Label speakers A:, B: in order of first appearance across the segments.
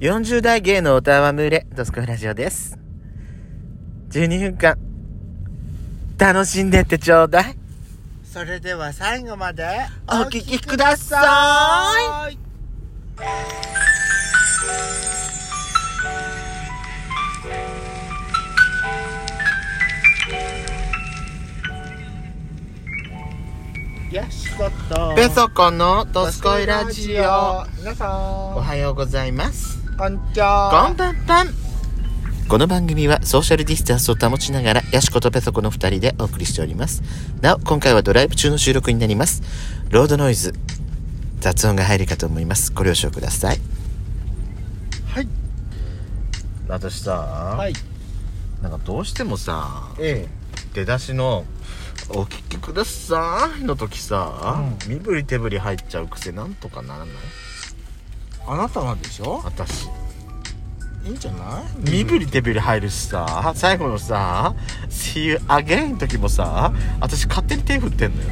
A: 40代芸のおたわむれ、ドスコイラジオです。12分間、楽しんでってちょうだい。
B: それでは最後まで
A: お聞きくださ
B: いよしこと
A: ペソコのドスコイラジオ。
B: 皆さ
A: おはようございます。
B: んこんにちは
A: こんばんばん。この番組はソーシャルディスタンスを保ちながら、ヤシコとペソコの二人でお送りしております。なお、今回はドライブ中の収録になります。ロードノイズ、雑音が入るかと思います。ご了承ください。
B: はい
A: 私さ、
B: はい
A: なんかどうしてもさ、
B: え
A: 出だしの「お聞きください」の時さ、身振り手振り入っちゃう癖なんとかならない
B: あなたはでしょ
A: 私
B: いいんじゃない
A: 身振り手振り入るしさ最後のさ「See you again」の時もさ私勝手に手振ってんのよ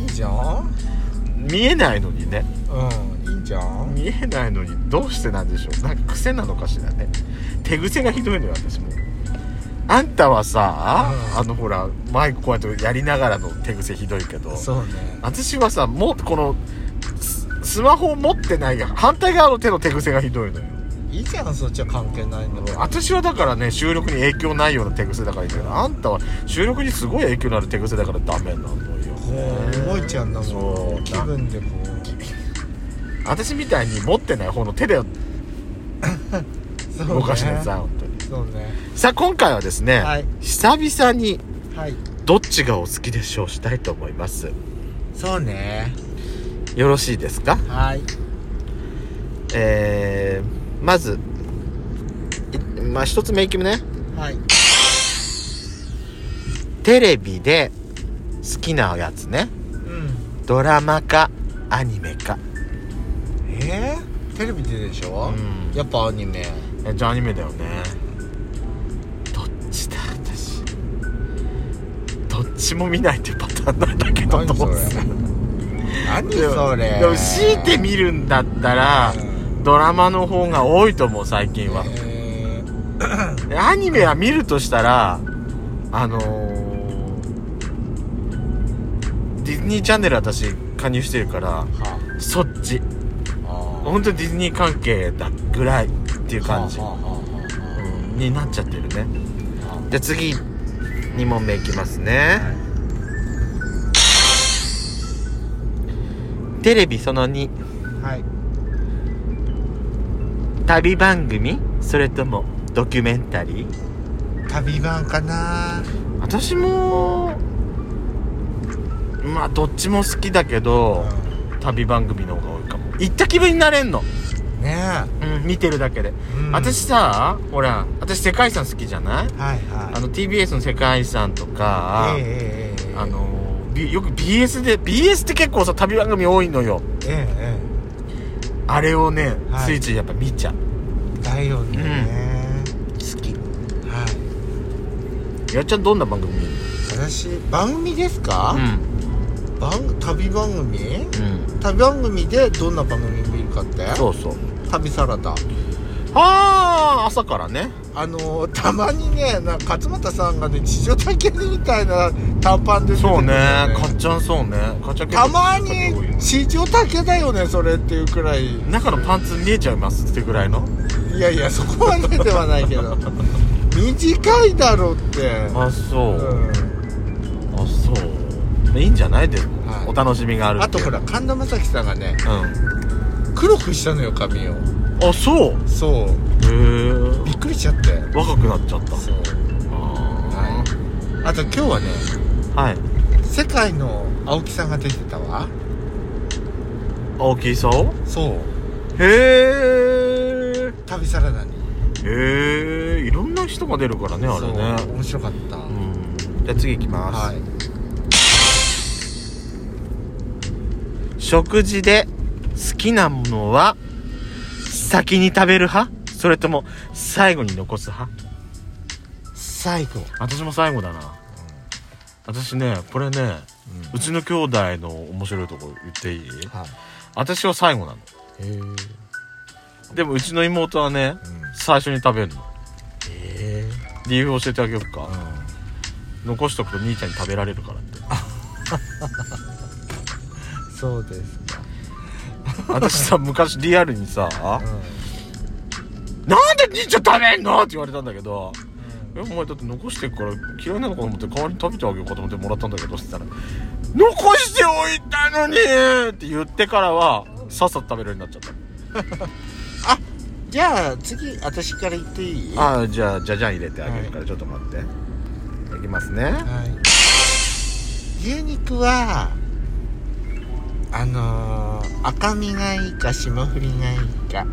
B: いいじゃん
A: 見えないのにね
B: うんいいじゃん
A: 見えないのにどうしてなんでしょうなんか癖なのかしらね手癖がひどいのよ私もあんたはさ、
B: うん
A: あのほらマイクこうやってやりながらの手癖ひどいけど
B: そうね
A: 私はさもうこのススマホを持ってないが反対側の手の手癖がひどいのよ
B: いいじゃんそっちは関係ないんだから
A: 私はだからね収録に影響ないような手癖だからいいんだけどあんたは収録にすごい影響のある手癖だからダメなのよ
B: こう動いちゃうんだ
A: そ
B: も
A: うん
B: 気分でこ
A: 私みたいに持ってない方の手で
B: うそうね
A: 動かしなさい、本当に
B: そうね
A: さあ今回はですね、
B: はい
A: 久々に
B: はい
A: どっちがお好きでしょうしたいと思います
B: そうね
A: よろしいですか
B: はい
A: えー、まずいまあ一つ目いきね
B: はい
A: テレビで好きなやつね
B: うん
A: ドラマかアニメか
B: えー、テレビででしょ、
A: うん
B: やっぱアニメ
A: えじゃあアニメだよねどっちだ私どっちも見ないっていうパターンなんだけど
B: 何
A: ど
B: そうれ
A: する
B: 何
A: でも
B: それ
A: でも強いて見るんだったら
B: うん
A: ドラマの方が多いと思う最近は
B: えー
A: でアニメは見るとしたらあのー、ディズニーチャンネル私加入してるから
B: は
A: そっち
B: あ
A: 本当にディズニー関係だぐらいっていう感じ、
B: はあはあはあは
A: うんになっちゃってるね
B: あは
A: で次2問目いきますね、テレビその2
B: あはい
A: 旅番組それともドキュメンタリー
B: 旅番かな
A: 私もまあどっちも好きだけど、旅番組の方が多いかも行った気分になれんの、
B: うんね
A: うん、見てるだけで、
B: え、うん
A: 私さほら私世界遺産好きじゃない
B: はいはい
A: あの TBS の世界遺産とか、
B: ええええええ
A: あのー B- よく BS で BS って結構さ旅番組多いのよ
B: えええ
A: あれをね、
B: はい
A: ついついやっぱ見ちゃう
B: えだよね、
A: 好き
B: はい
A: やっちゃんどんな番組見る
B: 私番組ですか、番旅番組
A: うん、うん、
B: 旅番組でどんな番組見るかって
A: そうそう
B: 旅サラダ
A: ああ朝からね
B: あのーたまにねなんか勝俣さんがね地上体験みたいな短パンで出てくる
A: そ
B: よ
A: うねかっちゃんそうねかっちゃん結構
B: たま
A: 多いよ
B: に地上体験だよねそれっていうくらい
A: 中のパンツ見えちゃいますってぐらいの
B: いやいやそこまでではないけ ど短いだろうって
A: あそう、
B: うん
A: あそういいんじゃないでも、
B: はい
A: お楽しみがある
B: あとほ
A: ら
B: ら神田正輝さんがね
A: う
B: 黒くしたのよ髪を
A: んあそう
B: そう
A: へ
B: びっくりしちゃって
A: え若くなっちゃった
B: そう
A: あ
B: あと今日はね
A: ーはい
B: 世界の青木さんが出てたわ
A: 青木功
B: そう
A: へえ
B: 旅サラダに
A: へえいろんな人が出るからねあれね
B: そう面白かった、
A: うんじゃあ次いきます、
B: はい
A: 食事で好きなものは先に食べる派それとも最後に残す派
B: 最後
A: 私も最後だな、私ねこれねうちの兄弟の面白いところ言っていい
B: はい
A: 私は最後なの
B: へえ
A: でもうちの妹はね、最初に食べるの
B: え
A: 理由教えてあげようか
B: え、うん
A: 残しとくと兄ちゃんに食べられるから って
B: そうですか、
A: 私さ昔リアルにさ
B: う
A: 「なんで兄ちゃん食べんの?」って言われたんだけど「
B: ん
A: えお前だって残してるから嫌いなのかと思って代わりに食べてあげようかと思ってもらったんだけど」って言ったら「残しておいたのに!」って言ってからはさっさと食べるようになっちゃっ
B: じゃあ次私から言っていい
A: たああじゃあじゃじゃん入れてあげるからちょっと待って、い、きますね
B: はい、牛肉はあのー赤身がいいか霜降りがいいか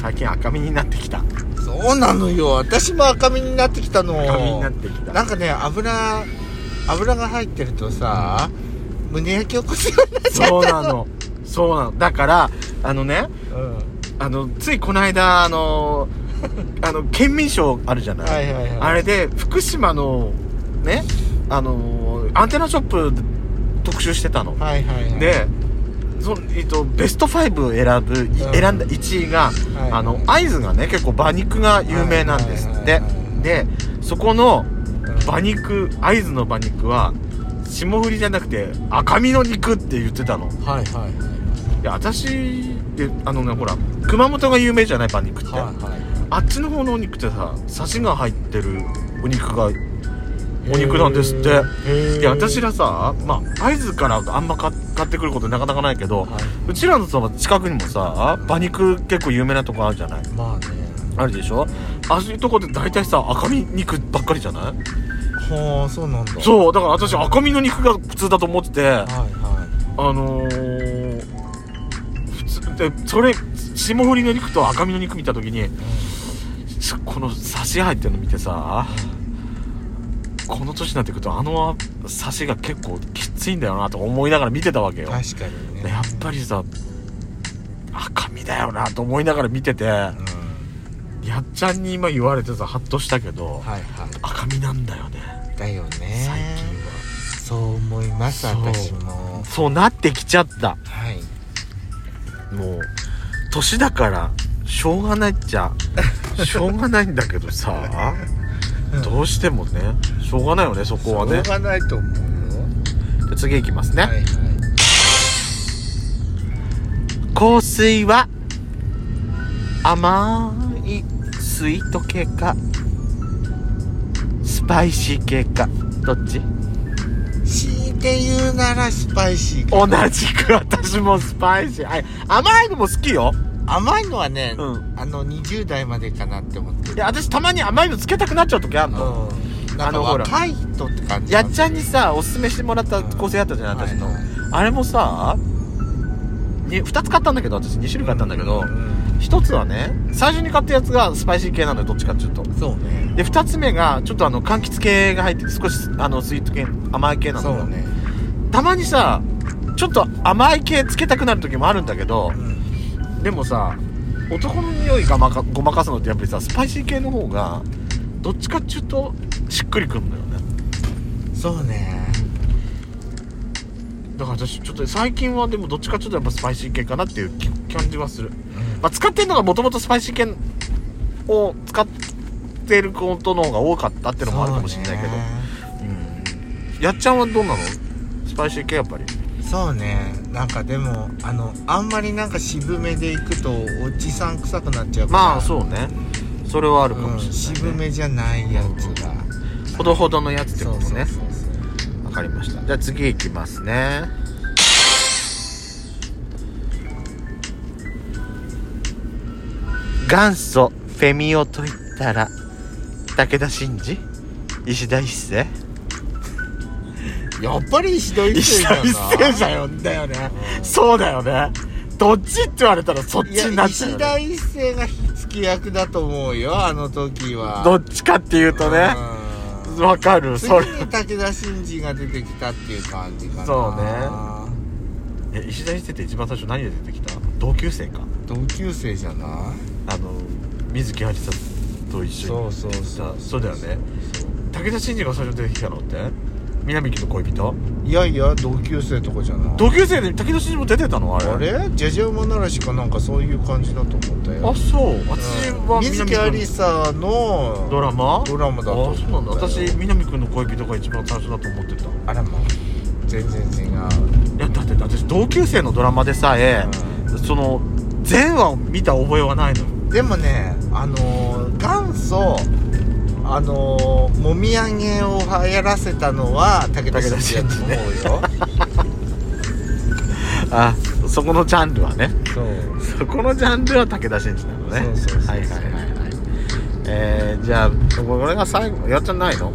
A: 最近赤身になってきた赤
B: そうなのよ私も赤身になってきたの
A: 身になってきた
B: なんかね油油が入ってるとさ胸焼け起こすようになっちゃ
A: そうなのそうなのだからあのね
B: う、うん、
A: あのついこの間あのあの県民賞あるじゃない、
B: はいはいはい
A: あれで福島のねあのアンテナショップ特集してたの、
B: はいはいはい
A: でそのえっと、ベスト5を選ぶ、い
B: うん
A: 選んだ1位が、
B: はい
A: あの会津がね結構馬肉が有名なんですって、
B: はいはいはいはい
A: でそこの
B: うん
A: 馬肉会津の馬肉は霜降りじゃなくて赤身の肉って言ってたの
B: はいはい
A: いや私であのねほら熊本が有名じゃない馬肉って、
B: はいはいはい
A: あっちの方のお肉ってさサシが入ってるお肉がお肉なんですって
B: へー
A: いや私らさまあ会津からあんま買買ってくることなかなかないけど、
B: は
A: うちらのさ近くにもさ馬肉結構有名なとこあるじゃない
B: いまあね
A: あるでしょああいうとこで大体さ赤身肉ばっかりじゃない
B: ほうそうなんだう
A: そうだから私赤身の肉が普通だと思っててあ
B: はいはい
A: のー、普通でそれ霜降りの肉と赤身の肉見た時にこのサシ入ってるの見てさこの年になってくるとあのサシが結構きついんだよなと思いながら見てたわけよ
B: 確かにね
A: やっぱりさ赤身だよなと思いながら見ててや
B: う
A: っ
B: ん
A: ちゃんに今言われてさハッとしたけど
B: はいは
A: 赤身なんだよね
B: いだよね
A: 最近は
B: そう思います
A: そう
B: 私も
A: そうなってきちゃった
B: はい
A: もう年だからしょうがないっち ゃしょうがないんだけどさどうしてもねしょうがないよねそこはね
B: しょうがないと思うよ
A: で次いきますね、
B: はいはい
C: 香水は甘いスイート系かスパイシー系かどっち
B: 強いて言うならスパイシーか
A: 同じく私もスパイシーあ甘いのも好きよ
B: 甘いのはね、
A: うん
B: あの20代までかなって思ってる
A: いや私たまに甘いのつけたくなっちゃう時あるの、
B: うんなん
A: あ
B: か
A: のほら
B: 若い人って感じ
A: やっちゃんにさおすすめしてもらった構成あったじゃない私の、あれもさに2つ買ったんだけど私2種類買ったんだけど、1つはね最初に買ったやつがスパイシー系なのよどっちかっていうと
B: そうね
A: で2つ目がちょっとあの柑橘系が入ってて少しあのスイート系甘い系なの
B: そ
A: よ
B: うね、
A: たまにさちょっと甘い系つけたくなる時もあるんだけどでもさ男の匂いがまかごまかすのってやっぱりさスパイシー系の方がどっちかっちゅうとしっくりくんのよね
B: そうね
A: だから私ちょっと最近はでもどっちかっちゅうとやっぱスパイシー系かなっていうき感じはする、まあ、使ってるのがもともとスパイシー系を使ってることの方が多かったっていうのもあるかもしれないけどうんやっちゃんはどうなのスパイシー系やっぱり
B: そうねそうねなんかでもあのあんまりなんか渋めでいくとおじさん臭くなっちゃうから
A: まあそうねそれはあるか
B: う
A: も
B: ん、
A: しれない、ね
B: 渋めじゃないやつが、
A: ほどほどのやつって
B: そ
A: こ
B: う
A: と
B: そうそう
A: ね
B: そう
A: わかりましたじゃあ次いきますね
C: 元祖フェミオと言ったら武田真治石田一世
B: やっぱり石田一世だよな
A: 石田一世だよ
B: だよね
A: そうだよねどっちって言われたらそっち
B: いや
A: になっちゃう
B: 石
A: よね、
B: 田一世が火付き役だと思うよあの時は
A: どっちかっていうとね
B: うん
A: わかる
B: 次
A: それ
B: に武田真治が出てきたっていう感じかな
A: そえ石田一世って一番最初何で出てきた同級生か
B: 同級生じゃな
A: あの水木有沙と一
B: い
A: 緒に
B: そうそう
A: そうだよね
B: そう
A: 武田真治が最初に出てきたのって南木の恋人
B: いやいや同級生とかじゃない
A: 同級生で武田真治も出てたのあれ
B: あれジェジェ馬ならしかなんかそういう感じだと思ったよ
A: あそう私は
B: うん水木有沙の
A: ドラマ
B: ドラマだと思
A: あ
B: った
A: そ
B: よ
A: うなんだ私南くんの恋人が一番最初だと思ってたい
B: あらま全然違う、
A: やだって私同級生のドラマでさえ、その全話を見た覚えはないのよ
B: でもねあのー元祖あのーもみあげを流行らせたのは武田真治だと思うよ
A: あそこのジャンルはね
B: そう
A: そこのジャンルは武田真治なのね
B: そうそうそうそう
A: はいはいはいはいえー、じゃあこれが最後やっちゃんないの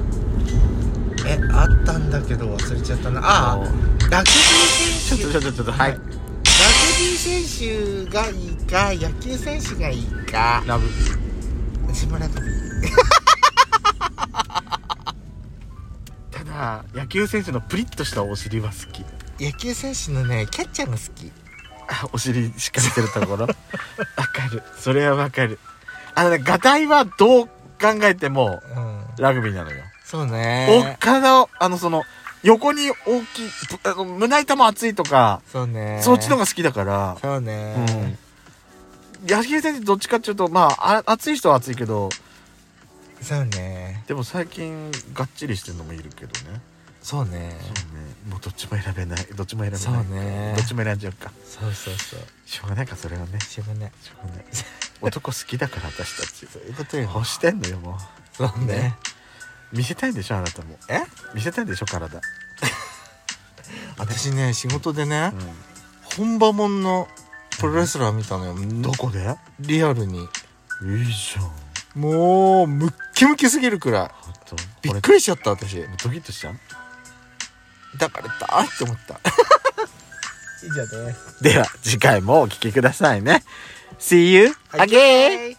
B: えあったんだけど忘れちゃったなあ
A: あ
B: ラグビ
A: ちょ
B: ー
A: っ
B: 選
A: と
B: 手
A: ちょっとちょっとはい
B: ラグビー選手がいいか野球選手がいいか
A: ラブ
B: 内村ラグビー
A: ただ野球選手のプリッとしたお尻は好き
B: 野球選手のねキャッチャーが好き
A: あ お尻しっかりしてるところ わかるそれはわかるあのねガタイはどう考えても
B: うん
A: ラグビーなのよ、
B: そう
A: お
B: ね
A: 体をあのその横に大きいぶあの胸板も厚いとか、
B: そうね
A: そっちのが好きだから
B: そうね、
A: うん野球選手どっちかっていうとまああ熱い人は熱いけど
B: そうね
A: でも最近がっちりしてるのもいるけどね
B: そうね
A: そうねもうどっちも選べないどっちも選べない
B: そうね
A: どっちも選んじゃうか
B: そうそうそう
A: しょうがないかそれはね
B: しょうがない
A: しょうがない男好きだから私たち
B: そういうことよ
A: 欲してんのよも
B: そうね
A: う見せたいんでしょあなたも
B: え
A: 見せたいんでしょ体、
B: 私ね仕事でね
A: う、
B: 本場もんのプロレスラー見たのよ、
A: ん、どこで
B: リアルに
A: いいじゃん
B: もうムッキムキすぎるくらい
A: 本当
B: びっ
A: 俺
B: くりしちゃった私
A: ドキッとしちゃう
B: だからだーって思った以上です
A: では次回もお聴きくださいね See you again!